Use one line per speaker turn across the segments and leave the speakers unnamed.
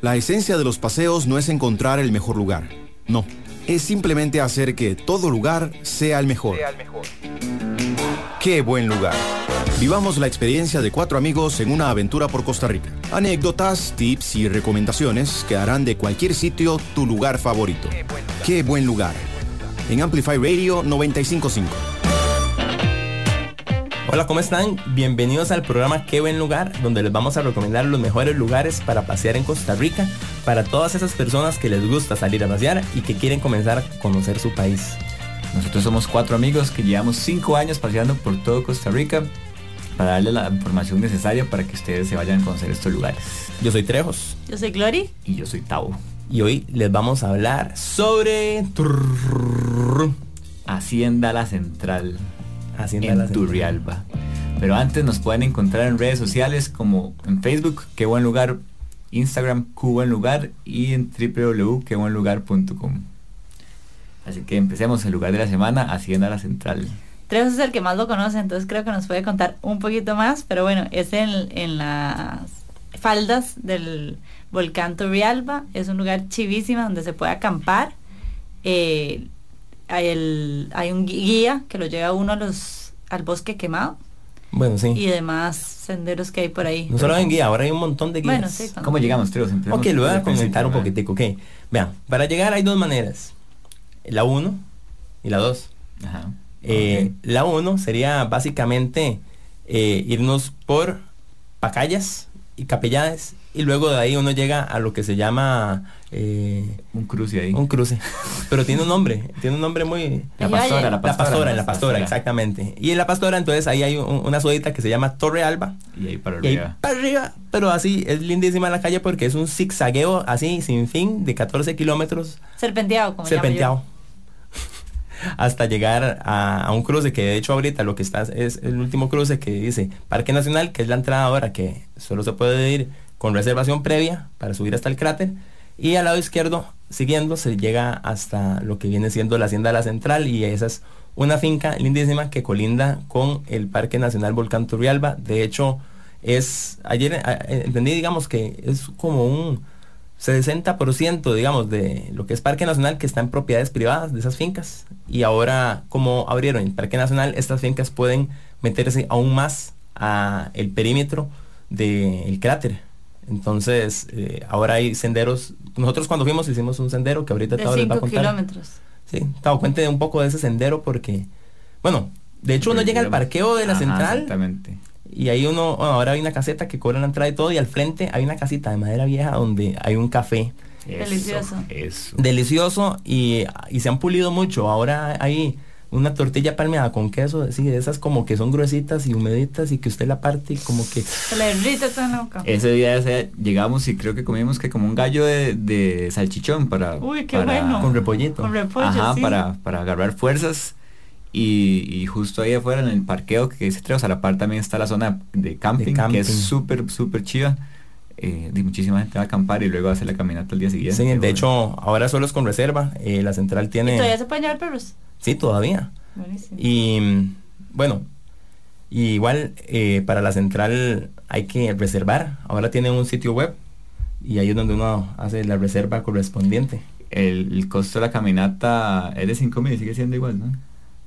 La esencia de los paseos no es encontrar el mejor lugar, no, es simplemente hacer que todo lugar sea el mejor.
Sea el mejor.
¡Qué buen lugar! Vivamos la experiencia de cuatro amigos en una aventura por Costa Rica. Anécdotas, tips y recomendaciones que harán de cualquier sitio tu lugar favorito.
Qué buen lugar.
¡Qué buen lugar! En Amplify Radio 955.
Hola, ¿cómo están? Bienvenidos al programa Qué buen lugar, donde les vamos a recomendar los mejores lugares para pasear en Costa Rica para todas esas personas que les gusta salir a pasear y que quieren comenzar a conocer su país.
Nosotros somos cuatro amigos que llevamos cinco años paseando por todo Costa Rica para darle la información necesaria para que ustedes se vayan a conocer estos lugares.
Yo soy Trejos
Yo soy Glory.
Y yo soy Tavo.
y hoy les vamos a hablar sobre
Hacienda La Central
Hacienda
en
La Central.
Turrialba. Pero antes nos pueden encontrar en redes sociales como en Facebook, qué buen lugar, Instagram, qué buen lugar y en www.quebuenlugar.com. Así que empecemos el lugar de la semana, Hacienda La Central.
Trejos es el que más lo conoce, entonces creo que nos puede contar un poquito más, pero bueno, es en, en las faldas del volcán Turrialba, es un lugar chivísimo donde se puede acampar. Eh, hay, el- hay un gui- guía que lo lleva uno a los, al bosque quemado
Bueno, sí.
y demás senderos que hay por ahí.
no solo en guía, ahora hay un montón de guías.
Bueno, sí, cuando-
¿Cómo llegamos, Trejos? Empecemos
Ok, lo voy
desde
a
el principio,
comentar un
¿verdad?
poquitico, ok. Vean, para llegar hay dos maneras. La 1 y la 2.
Ajá.
Eh,
Ok.
La 1 sería básicamente eh, irnos por Pacayas y Capellades y luego de ahí uno llega a lo que se llama eh,
Un cruce ahí.
un cruce. Pero tiene un nombre, tiene un nombre muy...
La pastora,
La pastora, la pastora, exactamente. Y en la pastora entonces ahí hay un- una sodita que se llama Torre Alba.
Y ahí para
Y ahí
arriba.
para arriba, pero así es lindísima la calle porque es un zigzagueo así sin fin de 14 kilómetros
Serpenteado, como llamo yo.
serpenteado hasta llegar a, a un cruce que de hecho ahorita lo que está es el último cruce que dice Parque Nacional, que es la entrada ahora que solo se puede ir con reservación previa para subir hasta el cráter y al lado izquierdo siguiendo se llega hasta lo que viene siendo la Hacienda de la Central y esa es una finca lindísima que colinda con el Parque Nacional Volcán Turrialba. De hecho, es ayer eh, entendí digamos que es como un 60% digamos de lo que es Parque Nacional que está en propiedades privadas de esas fincas y ahora como abrieron el Parque Nacional estas fincas pueden meterse aún más a el perímetro del cráter entonces eh, ahora hay senderos nosotros cuando fuimos hicimos un sendero que ahorita
De
Tao les va a
5
contar
kilómetros.
sí Tao cuente un poco de ese sendero porque bueno de hecho uno llega al parqueo de la
Ajá,
central
Exactamente.
y ahí uno, bueno, ahora hay una caseta que cobra la entrada y todo, y al frente hay una casita de madera vieja donde hay un café
Eso,
Delicioso.
Eso.
delicioso y, y se han pulido mucho. Ahora hay una tortilla palmeada con queso, sí, de esas como que son gruesitas y humeditas y que usted la parte y como que...
Se le derrite toda la boca.
Ese día ese, llegamos y creo que comimos que como un gallo de, de salchichón para...
Uy, qué
para-
bueno.
con repollito.
Con repollo,
Ajá,
sí.
para, para agarrar fuerzas. Y, y justo ahí afuera en el parqueo que se trae, o sea, a la par también está la zona de camping, que es
camping.
súper, súper chiva. Eh, y muchísima gente va a acampar y luego hace la caminata al día siguiente.
Sí,
Bueno.
de hecho, ahora solo es con reserva. eh, la central
¿Y
tiene...
todavía se pueden llevar perros?
Sí, todavía.
Buenísimo.
Y mm, bueno, y igual eh, para la central hay que reservar. Ahora tienen un sitio web y ahí es donde uno hace la reserva correspondiente.
el, el costo de la caminata es de 5 mil, sigue siendo igual, ¿no?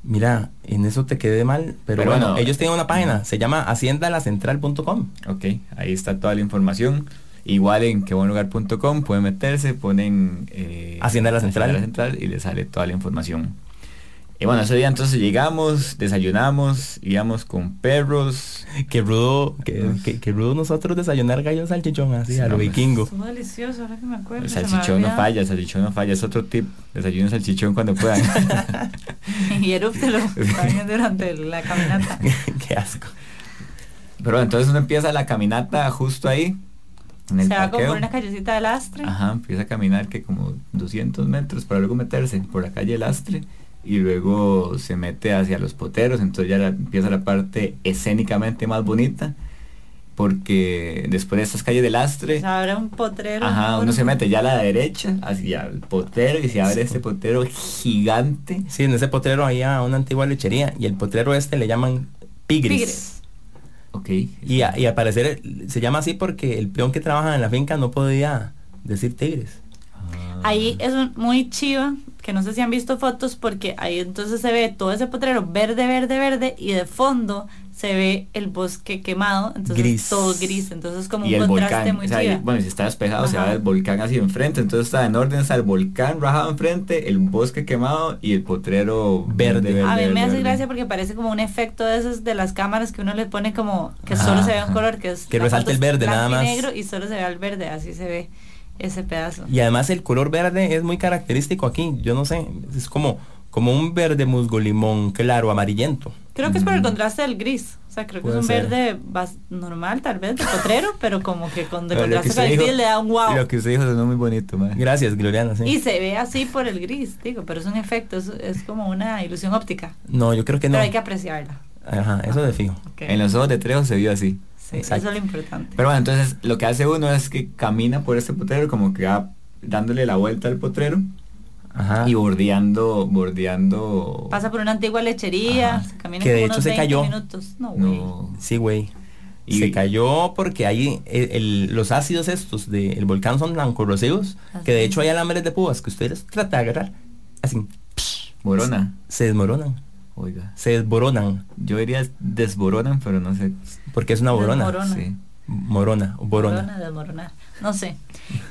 Mira, en eso te quedé mal, pero,
Pero
bueno,
bueno.
ellos tienen una página, se llama haciendalacentral.com.
Ok, ahí está toda la información. Igual en quebonlugar.com pueden meterse, ponen eh,
Hacienda la Central.
Central y les sale toda la información. Y bueno, ese día entonces llegamos, desayunamos, íbamos con perros.
Qué rudo, qué, qué- qué rudo nosotros desayunar gallos salchichón así
Sí,
a lo
hombre.
vikingo.
Estuvo delicioso, ahora que me acuerdo.
El
se me
salchichón no
había-
falla, el salchichón no falla, es otro tip. Desayunen salchichón cuando puedan.
Y erúptelo también durante la caminata.
qué asco.
Pero bueno, entonces uno empieza la caminata justo ahí. En el
Se va como
parqueo.
por una callecita de lastre.
Ajá, empieza a caminar que como 200 metros para luego meterse por la calle Lastre y luego se mete hacia los poteros, entonces ya la- empieza la parte escénicamente más bonita porque después de estas calles de Lastre,
O sea, habrá un potrero.
ajá,
¿no?
uno se mete ya a la derecha hacia el potero y se abre
Sí.
este potero gigante.
Sí, en ese potrero había una antigua lechería y el potrero este le llaman pigris.
Tigres.
Ok.
Y, a- y al parecer eh, se llama así porque el peón que trabaja en la finca no podía decir tigres.
Ah.
Ahí es un- muy chiva, que no sé si han visto fotos, porque ahí entonces se ve todo ese potrero verde, verde, verde, y de fondo se ve el bosque quemado, entonces
Gris.
todo gris, entonces como
y
un
el
contraste
volcán,
muy
o sea, y-
chiva.
bueno, si está despejado se
Ajá.
va el volcán así enfrente, entonces está en orden, está el volcán rajado enfrente, el bosque quemado y el potrero
Verde.
verde. verde
a mí me
verde,
hace
verde.
gracia porque parece como un efecto de esos de las cámaras que uno le pone como que solo
Ajá,
se ve
ajá.
un color que es
Que
la
resalte
foto
el
es
verde,
blanco
nada
y
más.
negro y solo se ve el verde así se ve ese pedazo
Y además el color verde es muy característico aquí, yo no sé, es como, como un verde musgo limón claro, amarillento.
creo que es por el contraste del gris o sea creo que es
Mm. Puede
un
ser.
verde bas- normal tal vez de potrero pero como que con de
Pero lo que usted
contraste con el
dijo-
gris le da un wow
Lo que usted dijo sonó muy bonito, madre.
Gracias, Gloriana. sí.
y se ve así por el gris digo pero es un efecto es, es como una ilusión óptica
No, yo creo que no.
pero hay que apreciarla
Ajá, eso de fijo.
ok.
En los ojos de Trejo se vio así.
Sí, eso es
Exacto.
lo importante
Pero bueno, entonces lo que hace uno es que camina por este potrero como que va dándole la vuelta al potrero
Ajá.
y bordeando, bordeando.
pasa por una antigua lechería
Ajá.
se camina
Que de
como
hecho
unos
se
20
cayó.
minutos no, güey.
No.
Sí, güey.
Y-
se cayó porque ahí el- el- los ácidos estos del volcán son tan corrosivos que de
Así.
hecho hay alambres de púas que ustedes tratan de agarrar, así,
Morona.
se desmoronan,
Oiga.
se desboronan,
Yo diría desboronan, pero no sé.
porque es una borona.
Desmorona.
Sí.
Morona, o borona.
Desmorona, desmoronar. No sé.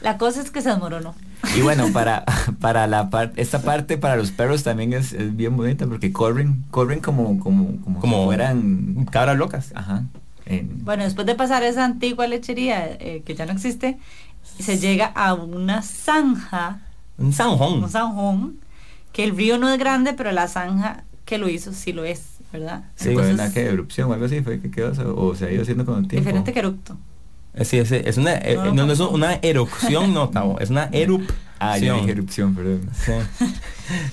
La cosa es que se desmoronó.
Y bueno, para, para la parte, esta parte para los perros también es, es bien bonita porque corren, corren como, como, como, si
Como-
fueran,
Cabras locas.
ajá, en-
Bueno, después de pasar esa antigua lechería eh, que ya no existe, se llega a una zanja,
Un zanjón.
un zanjón, que el río no es grande, pero la zanja que lo hizo sí lo es, ¿verdad?
Sí,
fue
Entonces,
una que erupción o algo así, fue que quedó, o se ha ido haciendo con el tiempo.
diferente que eructo.
Eh, sí, es, es una, eh,
No,
no, no es
tampoco.
una erupción, no, Tavo, es una erupción.
Ah, yo dije erupción, perdón.
Sí.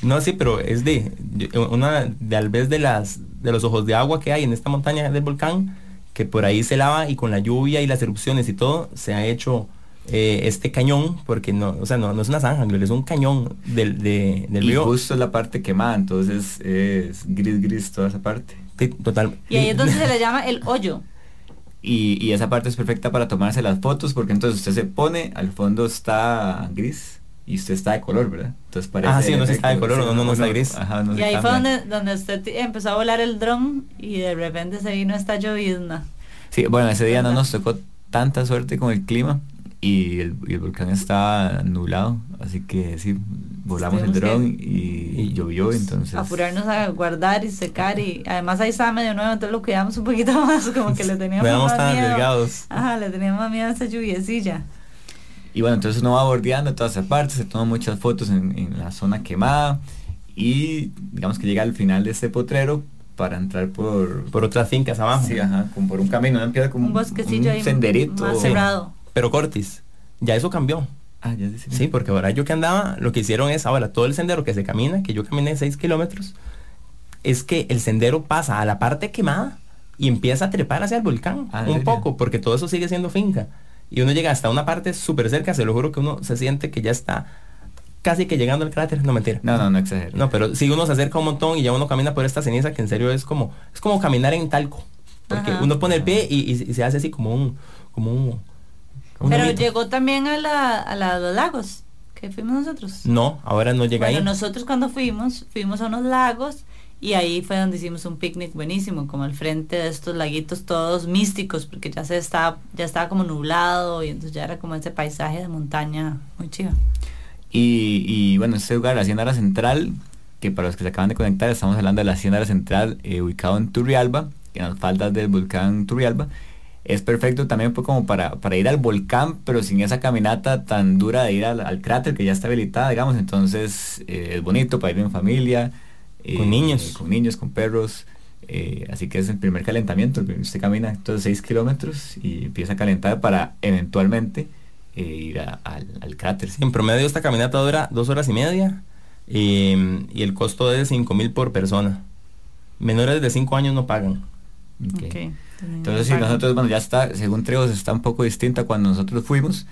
No, sí, pero es de yo- una tal vez de las de los ojos de agua que hay en esta montaña del volcán que por ahí se lava y con la lluvia y las erupciones y todo se ha hecho eh, este cañón porque no, o sea, no, no es una zanja, Gloria, es un cañón del, de- del
y
río.
justo la parte quemada, entonces es gris gris toda esa parte.
Sí, Total.
Y ahí es donde se le llama el hoyo.
Y, y esa parte es perfecta para tomarse las fotos porque entonces usted se pone, al fondo está gris y usted está de color, ¿verdad? Entonces parece...
Ah, sí, no sé si está de
efecto,
color o no, no, no está gris.
Ajá, no
y
se
ahí fue
cambia.
donde, donde usted empezó a volar el dron y de repente se vino esta llovizna.
Sí, bueno, ese día no nos tocó tanta suerte con el clima y el, y el volcán estaba nublado, así que sí, volamos el
Tuvimos
dron y,
y pues,
llovió, entonces...
apurarnos a guardar y secar y además ahí estaba medio nuevo entonces lo cuidamos un poquito más como que le teníamos
No éramos
más
tan
miedo
arriesgados.
ajá le teníamos más miedo a esa lluviecilla
Y bueno, entonces uno va bordeando todas esas partes, se toman muchas fotos en, en la zona quemada y digamos que llega al final de este potrero para entrar por...
por otras fincas abajo.
Sí, ajá, como por un camino, una empieza como
un bosquecillo ahí
senderito.
más cerrado
Pero Cortis, ya eso cambió.
Ah, ya sé,
Sí, porque ahora yo que andaba, lo que hicieron es ahora todo el sendero que se camina, que yo caminé 6 kilómetros, es que el sendero pasa a la parte quemada y empieza a trepar hacia el volcán
Ah, ¿en
un
serio?
poco, porque todo eso sigue siendo finca. Y uno llega hasta una parte súper cerca, se lo juro que uno se siente que ya está casi que llegando al cráter, no mentira.
No, no, no exagero.
No, pero si uno se acerca un montón y ya uno camina por esta ceniza que en serio es como es como caminar en talco, porque
Ajá.
uno pone el pie y, y- y se hace así como un como un como un
pero
hoyito.
llegó también a la, a la- los lagos que fuimos nosotros
No, ahora no llega
bueno
ahí.
nosotros cuando fuimos fuimos a unos lagos y ahí fue donde hicimos un picnic buenísimo como al frente de estos laguitos todos místicos porque ya se estaba ya estaba como nublado y entonces ya era como ese paisaje de montaña muy chido
Y, y, bueno, este lugar, la Hacienda La Central, que para los que se acaban de conectar, estamos hablando de la Hacienda La Central, eh, ubicado en Turrialba, en las faldas del volcán Turrialba. Es perfecto también pues, como para, para ir al volcán, pero sin esa caminata tan dura de ir al, al cráter que ya está habilitada, digamos. Entonces eh, es bonito para ir en familia. eh,
Con niños.
eh, con niños, con perros. eh, así que es el primer calentamiento. el primer- Usted camina entonces 6 kilómetros y empieza a calentar para eventualmente eh, ir a- al, al cráter.
En promedio esta caminata dura dos horas y media eh, y el costo es 5 mil por persona. Menores de 5 años no pagan.
Ok.
Ok.
Entonces sí, nosotros, bueno, ya está, según Trejos está un poco distinta a cuando nosotros fuimos.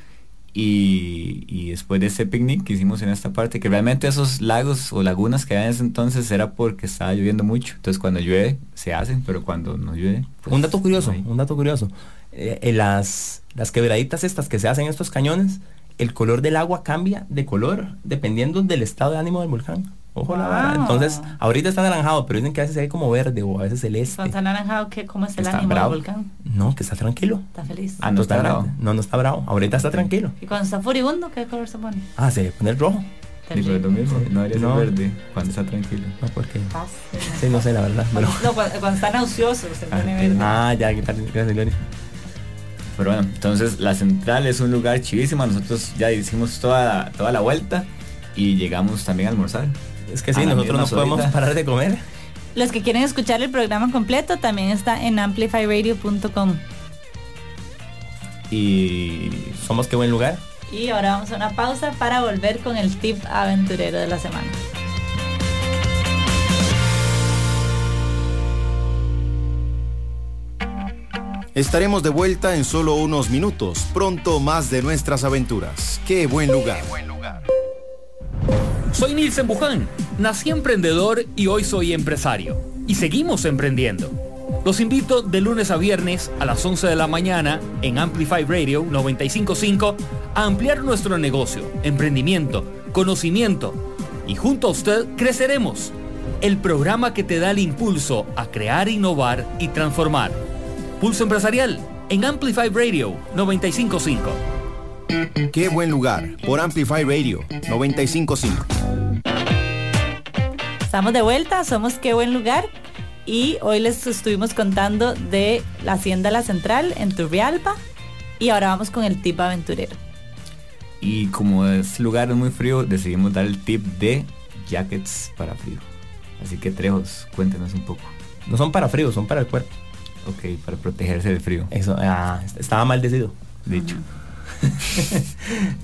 Y, y después de ese picnic que hicimos en esta parte, que realmente esos lagos o lagunas que había en ese entonces era porque estaba lloviendo mucho. Entonces cuando llueve se hacen, pero cuando no llueve... pues,
un dato curioso,
no hay.
un dato curioso. Eh, eh, las, las quebraditas estas que se hacen en estos cañones el color del agua cambia de color dependiendo del estado de ánimo del volcán. Ojo la vara.
Wow.
Entonces, ahorita está anaranjado, pero dicen que a veces se ve como verde o a veces celeste.
Cuando está anaranjado, ¿qué- ¿cómo es el
Está
ánimo del
bravo.
volcán?
No, que está tranquilo.
Está feliz.
Ah, no está bravo.
grande. No, no está bravo. Ahorita está tranquilo.
Y cuando está furibundo, ¿qué color se pone?
Ah, se pone el rojo.
Sí, pero es lo
Terrible.
mismo, no debería
No.
ser verde cuando está tranquilo.
No, porque.
Paz.
Sí, no sé la verdad. pero-
Cuando- no, cuando, cuando está nauseoso, se pone
Ah,
verde.
Ah, ya, gracias, gracias, Gloria.
Pero bueno, entonces la central es un lugar chivísimo. Nosotros ya hicimos toda la, toda la vuelta y llegamos también a almorzar.
Es que sí,
A Ah, la
nosotros
misma
no podemos
solita.
parar de comer.
Los que quieren escuchar el programa completo también está en amplifyradio.com.
Y
Somos qué buen lugar.
Y ahora vamos a una pausa para volver con el tip aventurero de la semana.
Estaremos de vuelta en solo unos minutos. Pronto más de nuestras aventuras. ¡Qué buen lugar!
Soy Nilsen Buján, nací emprendedor y hoy soy empresario. Y seguimos emprendiendo. Los invito de lunes a viernes a las 11 de la mañana en Amplify Radio 955 a ampliar nuestro negocio, emprendimiento, conocimiento y junto a usted creceremos. El programa que te da el impulso a crear, innovar y transformar. Pulso Empresarial en Amplify Radio 955.
¡Qué buen lugar! Por Amplify Radio 955.
Estamos de vuelta, somos Qué Buen Lugar y hoy les estuvimos contando de la Hacienda La Central en Turrialba y ahora vamos con el tip aventurero.
Y como este lugar es muy frío, decidimos dar el tip de jackets para frío. Así que Trejos, cuéntenos un poco.
No son para frío, son para el cuerpo.
Ok, para protegerse del frío.
Eso, ah, estaba maldecido.
Dicho.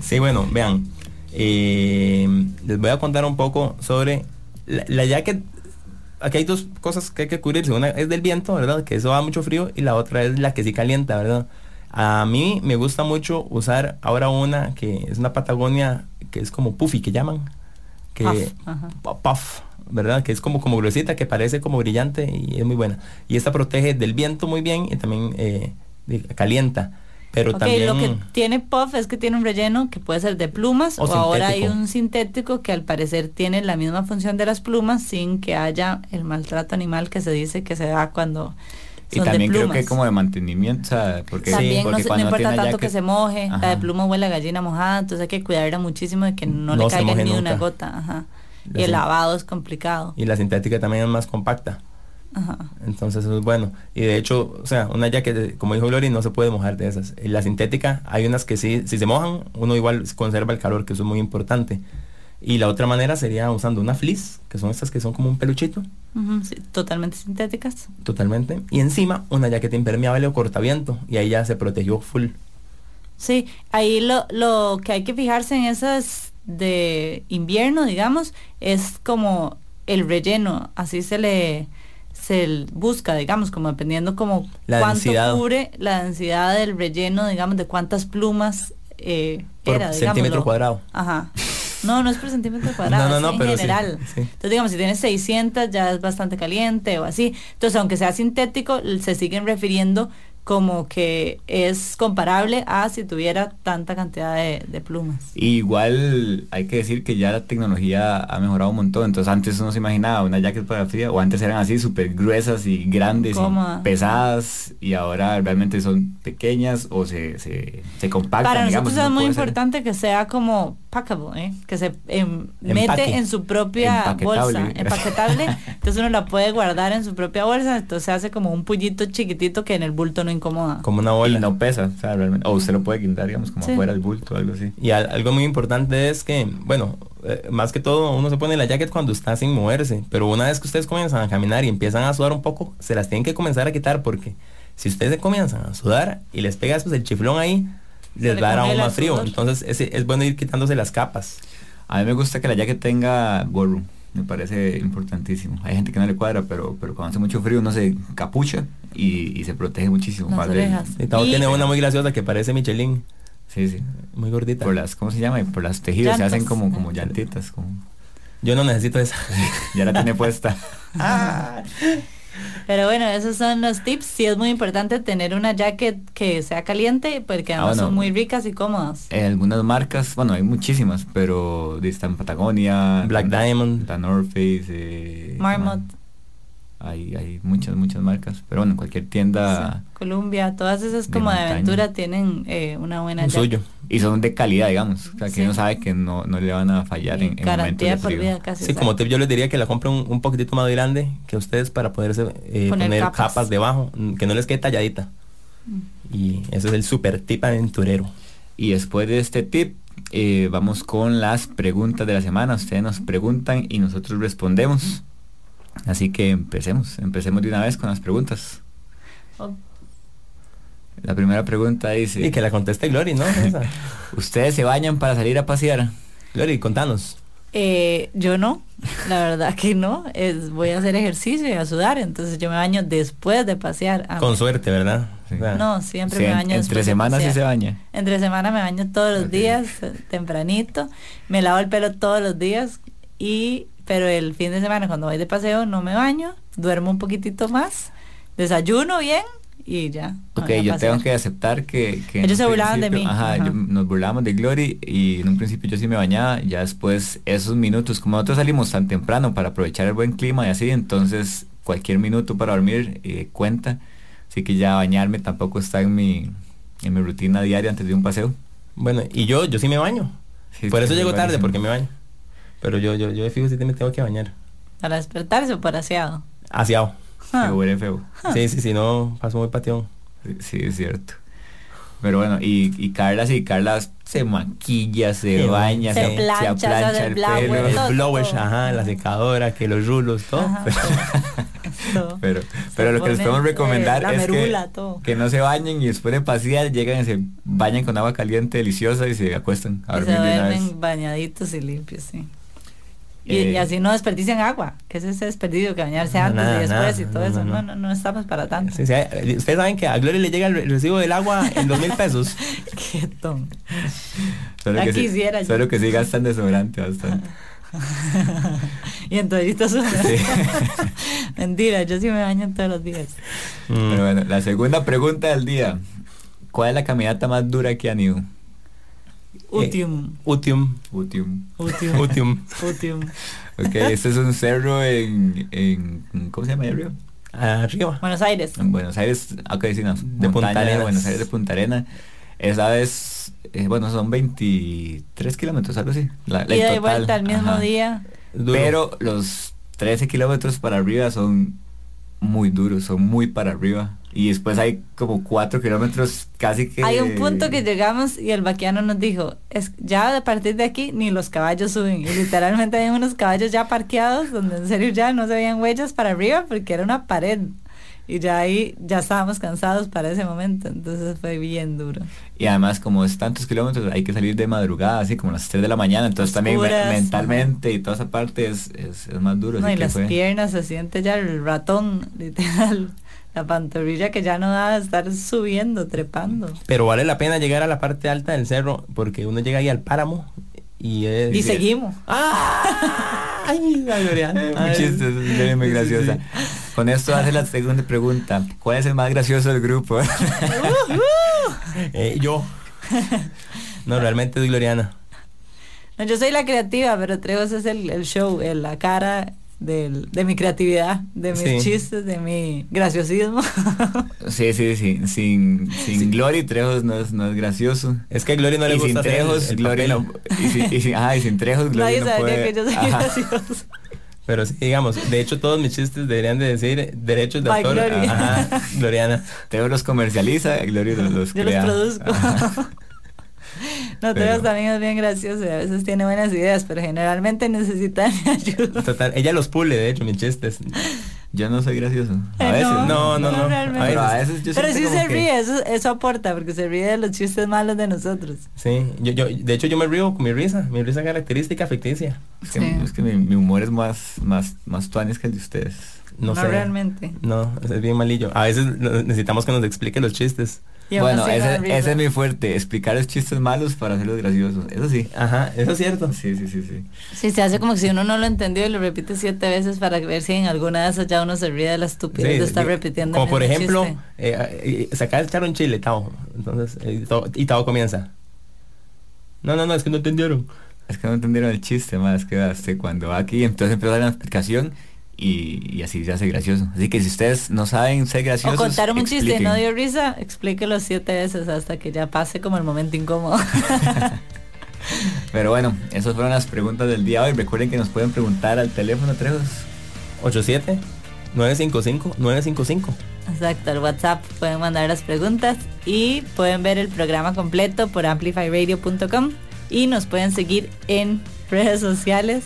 Sí, bueno, vean. eh, les voy a contar un poco sobre la, la jacket. Aquí hay dos cosas que hay que cubrirse. Una es del viento, ¿verdad? Que eso da mucho frío. Y la otra es la que sí calienta, ¿verdad? A mí me gusta mucho usar ahora una que es una Patagonia que es como puffy, que llaman. Que,
Puff, ajá.
pu- puff, ¿verdad? Que es como, como gruesita, que parece como brillante y es muy buena. Y esta protege del viento muy bien y también eh, de- calienta. Pero
Ok,
también...
lo que tiene Puff es que tiene un relleno que puede ser de plumas o,
O
ahora hay
sintético.
un sintético que al parecer tiene la misma función de las plumas sin que haya el maltrato animal que se dice que se da cuando
Y
son de
también creo
plumas.
que como de mantenimiento, o sea, porque,
También no,
porque
se- no
cuando
importa
tiene
tanto
jacket-
que se moje, la de
Ajá. Mm,
pluma huele a gallina mojada, entonces hay que cuidarla muchísimo de que no, le
No se
caiga ni
moje
una
nunca.
gota. ajá.
La
Y el
sin-
lavado es complicado.
Y la sintética también es más compacta.
Ajá.
Entonces eso es bueno. Y de hecho, o sea, una jacket, como dijo Glory, no se puede mojar de esas. Y la sintética, hay unas que sí, si se mojan, uno igual conserva el calor, que eso es muy importante. Y la otra manera sería usando una fleece, que son estas que son como un peluchito,
Ujú, sí, totalmente sintéticas.
totalmente. Y encima una jaqueta impermeable o cortaviento. Y ahí ya se protegió full.
Sí, ahí lo, lo que hay que fijarse en esas de invierno, digamos, es como el relleno, así se le se l- busca, digamos, como dependiendo como
La
cuánto
densidad.
cubre la densidad del relleno, digamos, de cuántas plumas eh,
Por
era,
centímetro
digámoslo.
cuadrado.
Ajá. No, no es por centímetro cuadrado,
No, no,
es
no, pero
en
sí,
general.
sí.
Entonces, digamos, si tienes 600 ya es bastante caliente o así. Entonces, aunque sea sintético, l- se siguen refiriendo como que es comparable a si tuviera tanta cantidad de, de plumas.
Y Igual hay que decir que ya la tecnología ha mejorado un montón. Entonces antes uno se imaginaba una jacket para fría o antes eran así súper gruesas y grandes y
Cómoda.
pesadas y ahora realmente son pequeñas o se, se, se compactan.
Para
digamos, uno
nosotros es muy
puede hacer
importante que sea como packable, ¿eh? que se em, mete
Empaque.
en su propia
Empaquetable.
bolsa, empaquetable. entonces uno la puede guardar en su propia bolsa, entonces se hace como un pullito chiquitito que en el bulto no incomoda.
Como una
Y
bola.
no pesa, o sea, realmente. O usted lo puede guindar, digamos, como
Sí.
fuera el bulto o algo así.
Y al- algo muy importante es que, bueno, eh, más que todo uno se pone la jacket cuando está sin moverse, pero una vez que ustedes comienzan a caminar y empiezan a sudar un poco, se las tienen que comenzar a quitar porque si ustedes se comienzan a sudar y les pega pues, el chiflón ahí, les
le
va a dar aún
congela el
más frío.
sudor.
Entonces es, es bueno ir quitándose las capas.
A mí me gusta que la jacket tenga gorro. Me parece importantísimo. Hay gente que no le cuadra, pero, pero cuando hace mucho frío uno se capucha y, y se protege muchísimo.
Las
más del-
orejas.
Y Tavo
Y-
tiene una muy graciosa que parece Michelin,
Sí, sí.
muy gordita.
por las cómo se llama por las tejidos se hacen
Llantas.
como como llantitas como
Yo no necesito esa.
ya la tiene puesta
Pero bueno, esos son los tips. Sí es muy importante tener una jacket que sea caliente porque además
Ah, bueno. Eh,
son muy ricas y cómodas.
En algunas marcas, bueno, hay muchísimas, pero están Patagonia,
Black
está-
Diamond.
está North Face, eh, ¿qué
Marmot,
más? Hay, hay muchas, muchas marcas, pero bueno, en cualquier tienda
Columbia, todas esas
De
como de
montaña.
aventura tienen eh, una buena
Un
jacket.
suyo.
y son de calidad, digamos, o sea, que
Sí.
uno sabe que no, no le van a fallar
Y
en, en momentos
garantía
de
por
frío.
vida casi.
Sí,
¿sabes?
como tip yo les diría que la compren un, un poquitito más grande que ustedes para poderse eh,
Poner
poner,
capas. Mm.
capas. debajo, mm, que no les quede talladita. Y ese es el super tip aventurero.
Y después de este tip, eh, vamos con las preguntas de la semana. Ustedes nos preguntan y nosotros respondemos. Así que empecemos, empecemos de una vez con las preguntas.
O-
La primera pregunta
Y
dice,
que la conteste Glory, ¿no? Esa.
¿ustedes se bañan para salir a pasear?
Glory, contanos.
Eh, yo no, la verdad que no. Es, voy a hacer ejercicio y a sudar, entonces yo me baño después de pasear. Ah,
Con suerte, ¿verdad?
Sí.
O sea,
No, siempre
Sí,
me
en-
baño
entre
después de
semanas sí
pasear.
se baña.
Entre semana me baño todos los
Ok.
días, eh, tempranito. Me lavo el pelo todos los días. Y, pero el fin de semana cuando voy de paseo no me baño, duermo un poquitito más, desayuno bien y ya. me
Ok,
voy a
yo
pasear.
tengo que aceptar que... que en
Ellos
un
se burlaban de
principio-
mí,
Ajá,
ajá.
yo- nos burlábamos de Glory y en un principio yo sí me bañaba, ya después esos minutos, como nosotros salimos tan temprano para aprovechar el buen clima y así, entonces cualquier minuto para dormir eh, cuenta, así que ya bañarme tampoco está en mi, en mi rutina diaria antes de un paseo.
Bueno, y yo, yo sí me baño.
Sí,
Por
sí,
eso
me
llego tarde,
parece.
porque me baño. Pero yo, yo, yo de fijo sí te- me tengo que bañar.
Para despertarse o por aseado.
Aseado.
Ah.
Se huele feo.
Sí, sí, sí, no, paso muy pateón.
Sí, Sí, es cierto. Pero bueno, y, y Carla, sí, Carla se maquilla, se
Se
baña,
Se
se,
plancha, se
aplancha
hace el
el
blower,
pelo.
el
todo,
blower,
todo.
ajá, la secadora, que los rulos, todo.
Ajá,
pues.
todo.
Pero, pero lo que les
ponen,
podemos recomendar
eh, la
es
merula,
que,
todo.
que no se bañen y después de pasear llegan y se bañan con agua caliente deliciosa y se acuestan a
Y
dormir
se
de una vez.
duermen bañaditos y limpios, sí. Y, y
Eh,
así no desperdician agua, que es ese desperdicio que bañarse
No,
antes y
nada,
después y
nada,
todo
no,
eso.
no,
No,
no.
no, no estamos para tanto.
Sí, sí, eh, ustedes saben que a Gloria le llega el re- recibo del agua en dos mil pesos.
Qué tonto.
solo
la
que sí-
quisiera yo.
Solo que sí gastan desodorante bastante.
y en toallitas húmedas.
Sí.
Mentira, yo sí me baño todos los días.
Mm.
Pero bueno, la segunda pregunta del día. ¿Cuál es la caminata más dura que han ido? Eh.
Utium.
Utium.
Utium.
Utium.
Utium.
Utium.
Ok, este es un cerro en, en- ¿cómo se llama el río?
Arriba.
Buenos Aires.
En Buenos Aires, ok, sí, no,
De Punta
montaña de
Arenas.
Buenos Aires de Punta Arena. Esa vez, eh, bueno, son 23 kilómetros, algo así. Ah, La, la- el
Ida y
total,
vuelta al mismo
ajá.
día.
Duro.
Pero los 13 kilómetros para arriba son muy duros, son muy para arriba. Y después hay como 4 kilómetros casi que...
Hay un punto que llegamos y el vaquiano nos dijo, es ya a partir de aquí ni los caballos suben. Y literalmente hay unos caballos ya parqueados donde en serio ya no se veían huellas para arriba porque era una pared. Y ya ahí ya estábamos cansados para ese momento. Entonces fue bien duro.
Y además como es tantos kilómetros hay que salir de madrugada, así como a las 3 de la mañana. Entonces también me-
Oscuras.
mentalmente y toda esa parte es, es, es más duro.
No,
así
y
que
las
fue-
piernas se siente ya el ratón, literal. La pantorrilla que ya no da de estar subiendo, trepando.
Pero vale la pena llegar a la parte alta del cerro porque uno llega ahí al páramo y es...
Y seguimos.
¡Ah! ¡Ay, la Gloria!
Eh, Muy
Ay.
chistoso, es muy
Sí, sí,
graciosa.
sí.
Con esto hace la segunda pregunta. ¿Cuál es el más gracioso del grupo?
Eh, yo. No, realmente soy Gloriana.
No, yo soy la creativa, pero Trejos es el, el show, el- la cara del- de mi creatividad, de mis
Sí.
chistes, de mi graciosismo.
sí, sí, sí. Sin, sin Glory Trejos no es, no es gracioso.
Es que a Gloria no le
y, sin
gusta hacer el-
trejos,
el
Glory
papel.
no, y, sin, y sin- ajá, y sin Trejos Glory
Nadie
no
sabría
puede.
que yo soy
ajá.
gracioso.
Pero sí, digamos, de hecho todos mis chistes deberían de decir derechos de
By
autor.
Gloria.
Ajá, Gloriana.
Trejos los comercializa, Glory los, los
Yo los
crea.
produzco.
Ajá.
No, Trejos
Pero-
también es bien gracioso y a veces tiene buenas ideas, pero generalmente necesita mi ayuda.
Total, ella los pule, de hecho, mis chistes.
Yo no soy gracioso. A
Eh,
veces.
no, no, no.
realmente.
A
Pero a veces yo
Pero sí
siento
se
como que-
ríe, eso, eso aporta, porque se ríe de los chistes malos de nosotros.
Sí, yo, yo, de hecho yo me río con mi risa, mi risa característica ficticia.
Es que,
Sí.
es que mi, mi humor es más, más, más tuanes que el de ustedes.
No, sé.
realmente.
No, es bien malillo. A veces lo- necesitamos que nos explique los chistes.
Y aún
Bueno,
así
ese,
dan risa.
ese es mi fuerte, explicar los chistes malos para hacerlos graciosos. Eso sí.
Ajá, eso es cierto.
Sí, sí, sí, sí.
Sí, se hace como que si uno no lo entendió y lo repite siete veces para ver si en alguna de esas ya uno se ríe de la estupidez
Sí,
de estar
yo-
repitiendo.
Como
el
por
mismo
ejemplo,
chiste.
eh, eh, sacar echar un chile, Tao. Entonces, eh, Tao- y Tao comienza. No, no, no, es que no entendieron.
Es que no entendieron el chiste, más que hasta cuando va aquí, entonces empieza a dar una explicación y, y así se hace gracioso. Así que si ustedes no saben ser
O
graciosos,
contaron un chiste y
expliquen.
no dio risa, explíquelo siete veces hasta que ya pase como el momento incómodo.
Pero bueno, esas fueron las preguntas del día de hoy. Recuerden que nos pueden preguntar al teléfono, Trejos.
87 955 955.
Exacto, al WhatsApp pueden mandar las preguntas y pueden ver el programa completo por amplifyradio.com y nos pueden seguir en redes sociales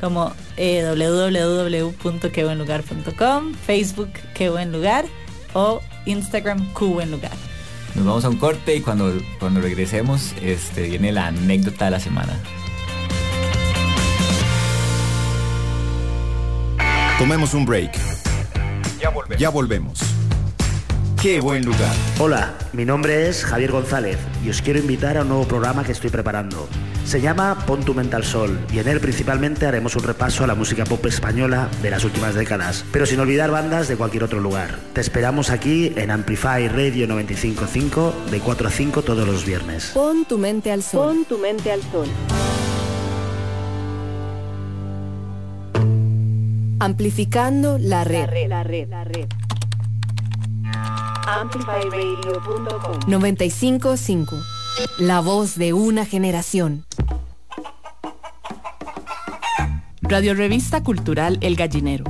como eh, www.quebuenlugar.com, Facebook Qué Buen Lugar o Instagram Qué Buen Lugar.
Nos vamos a un corte y cuando, cuando regresemos este, viene la anécdota de la semana.
Tomemos un break. Ya volvemos. Ya volvemos. Qué buen lugar.
Hola, mi nombre es Javier González y os quiero invitar a un nuevo programa que estoy preparando. Se llama Pon tu mente al sol y en él principalmente haremos un repaso a la música pop española de las últimas décadas, pero sin olvidar bandas de cualquier otro lugar. Te esperamos aquí en Amplify Radio 955 de 4 a 5 todos los viernes.
Pon tu mente al sol.
Pon tu mente al sol.
Amplificando la
La
red.
red. La red. La red. Amplifyradio.com
955. La voz de una generación.
Radio Revista Cultural El Gallinero.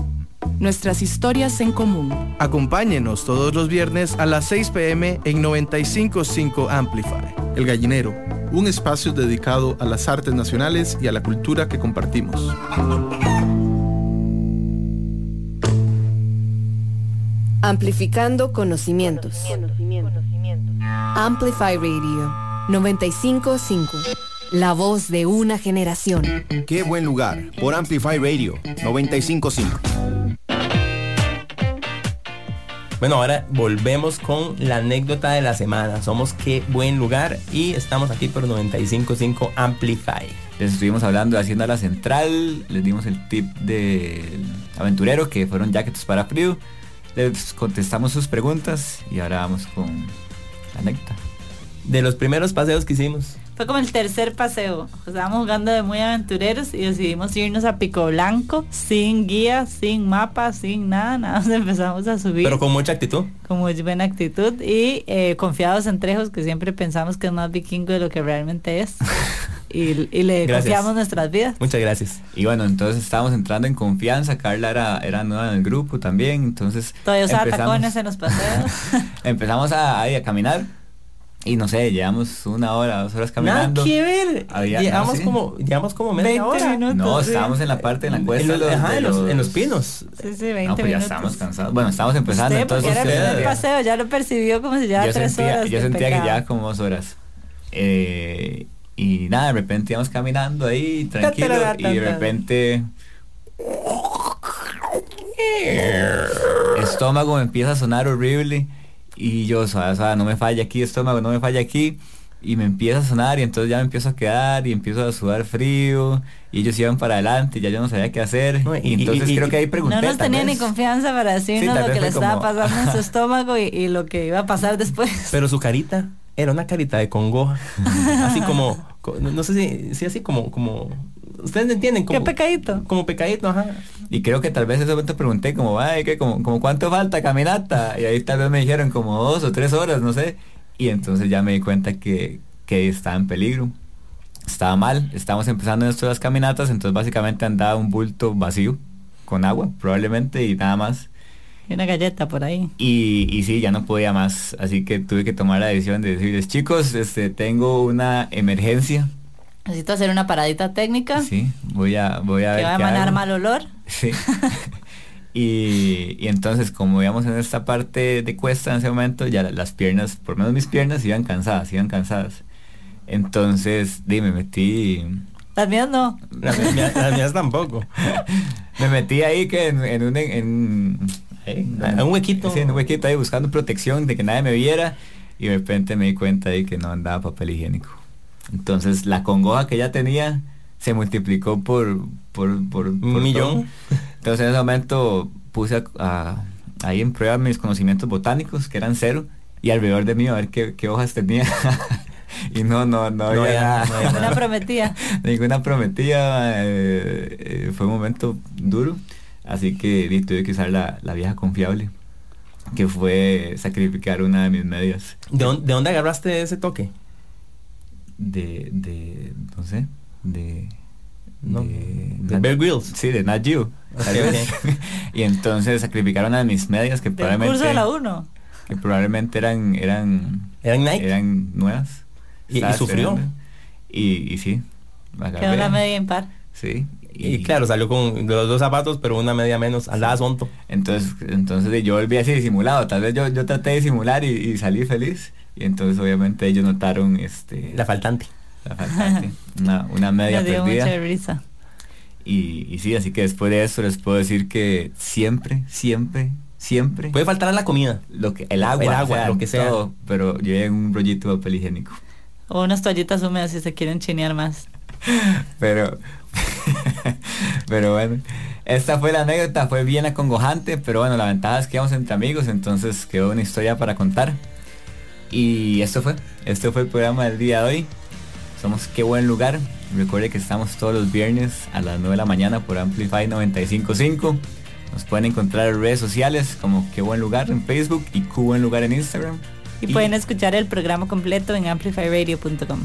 Nuestras historias en común.
Acompáñenos todos los viernes a las 6 pm en 955 Amplify. El Gallinero, un espacio dedicado a las artes nacionales y a la cultura que compartimos.
Amplificando conocimientos.
Conocimiento.
Amplify Radio 955. La voz de una generación.
Qué buen lugar. Por Amplify Radio 955.
Bueno, ahora volvemos con la anécdota de la semana. Somos qué buen lugar y estamos aquí por 955 Amplify.
Les estuvimos hablando de Hacienda La Central, les dimos el tip del aventurero que fueron jackets para frío, les contestamos sus preguntas y ahora vamos con la anécdota.
De los primeros paseos que hicimos.
Fue como el tercer paseo. Estábamos jugando de muy aventureros y decidimos irnos a Pico Blanco sin guía, sin mapa, sin nada. Nada más empezamos a subir.
Pero con mucha actitud.
con muy buena actitud y eh, confiados en Trejos, que siempre pensamos que es más vikingo de lo que realmente es. y, y le
Gracias.
confiamos nuestras vidas.
Muchas gracias.
Y bueno, entonces estábamos entrando en confianza, Carla era, era nueva en el grupo también, entonces
Todavía usaba
empezamos-
tacones en los paseos.
empezamos a, ahí a caminar y no sé, llevamos una hora, dos horas caminando.
Nada que ver.
Había-
llevamos,
ah, sí.
como, llevamos como media
20
hora.
minutos.
No,
Entonces-
estábamos en la parte de la
En
cuesta.
los,
de los-
ajá,
de
en los- en los
los-
pinos.
sí, sí, 20
No, pero ya
minutos.
estábamos cansados. Bueno, estábamos empezando,
Usted, porque
entonces
era el
ustedes-
primer paseo, ya lo percibió como si llevaba
yo
tres
sentía,
horas.
yo
de
sentía que
pecado.
llevaba como dos horas. Eh, y nada, de repente íbamos caminando ahí, tranquilo, y de repente... Estómago me empieza a sonar horrible y yo, o sea, o sea, no me falla aquí, estómago, no me falla aquí. Y me empieza a sonar y entonces ya me empiezo a quedar y empiezo a sudar frío y ellos iban para adelante y ya yo no sabía qué hacer.
No, y-
y entonces
y- y-
creo que ahí pregunté.
No nos
tal
tenía ni
vez.
confianza para decirnos
tal
lo
vez
que le
fue
estaba
como-
pasando en su estómago y, y lo que iba a pasar después.
Pero su carita era una carita de congoja. así como, co- no no sé si, si así como, como. Ustedes entienden como.
Qué pecadito.
Como pecadito, ajá.
Y creo que tal vez en ese momento pregunté como, ay, que como, como cuánto falta caminata. Y ahí tal vez me dijeron como dos o tres horas, no sé. Y entonces ya me di cuenta que, que estaba en peligro. Estaba mal. Estábamos empezando en esto de las caminatas, entonces básicamente andaba un bulto vacío con agua, probablemente, y nada más.
Y una galleta por ahí.
Y, y sí, ya no podía más. Así que tuve que tomar la decisión de decirles, chicos, este, tengo una emergencia.
Necesito hacer una paradita técnica
Sí, voy a, voy a
que
ver.
va a
qué
emanar
hago".
mal olor.
Sí. y, y entonces, como íbamos en esta parte de cuesta en ese momento, ya la- las piernas, por lo menos mis piernas, iban cansadas, iban cansadas. Entonces, di, me metí,
Las mías no.
Las mías, las mías tampoco.
me metí ahí que en, en un... En,
Ahí, en un huequito.
Sí, en un huequito ahí buscando protección de que nadie me viera. y de repente me di cuenta de que no andaba papel higiénico. Entonces la congoja que ya tenía se multiplicó por, por, por- por todo.
millón.
Entonces en ese momento puse a- a- ahí en prueba mis conocimientos botánicos, que eran cero, y alrededor de mí a ver qué, qué hojas tenía. y no, no, no, había
había-
nada.
no había nada.
Una prometida.
Ninguna prometida, eh, eh, fue un momento duro, así que di, tuve que usar la, la vieja confiable, que fue sacrificar una de mis medias
¿De, dónde- de dónde agarraste ese toque?
de, de no sé, de...
No.
de-
¿De Bear Grylls?
Sí, de Nat Geo,
Ok,
tal vez. y entonces sacrificar una de mis medias que
Del
probablemente,
curso de la 1.
que probablemente eran, eran,
¿Eran Nike?
eran nuevas.
Y- y
Estaba
sufrió.
estrenando. Y, y sí,
Quedó
agarré,
una media impar.
Sí.
Y, claro, salió con los dos zapatos, pero una media menos. Andabas monto.
Entonces, entonces yo volví así disimulado. Tal vez yo, yo traté de disimular y, y salí feliz. Y entonces obviamente ellos notaron este
La faltante.
la faltante, una, una media
Nos dio mucha
perdida.
risa.
Y, y sí, así que después de eso les puedo decir que siempre, siempre, siempre
Puede faltar a la comida.
lo que, el agua,
Pues, El
o
agua, lo que sea.
todo, pero llevé un rollito de papel higiénico.
O unas toallitas húmedas si se quieren chinear más.
Pero, pero bueno, esta fue la anécdota, fue bien acongojante, pero bueno, la ventaja es que íbamos entre amigos, entonces quedó una historia para contar. Y esto fue, esto fue el programa del día de hoy. Somos Qué Buen Lugar. Recuerde que estamos todos los viernes a las 9 de la mañana por Amplify 955. Nos pueden encontrar en redes sociales como Qué Buen Lugar en Facebook y Qué Buen Lugar en Instagram.
Y, pueden escuchar el programa completo en amplifyradio.com.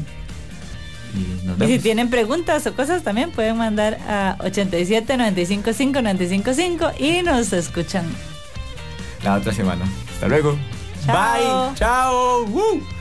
y nos
Y si
vemos.
tienen preguntas o cosas también pueden mandar a 87 95 5 95 5 y nos escuchan.
La otra semana. Hasta luego.
Chao.
Bye. Chao. Woo.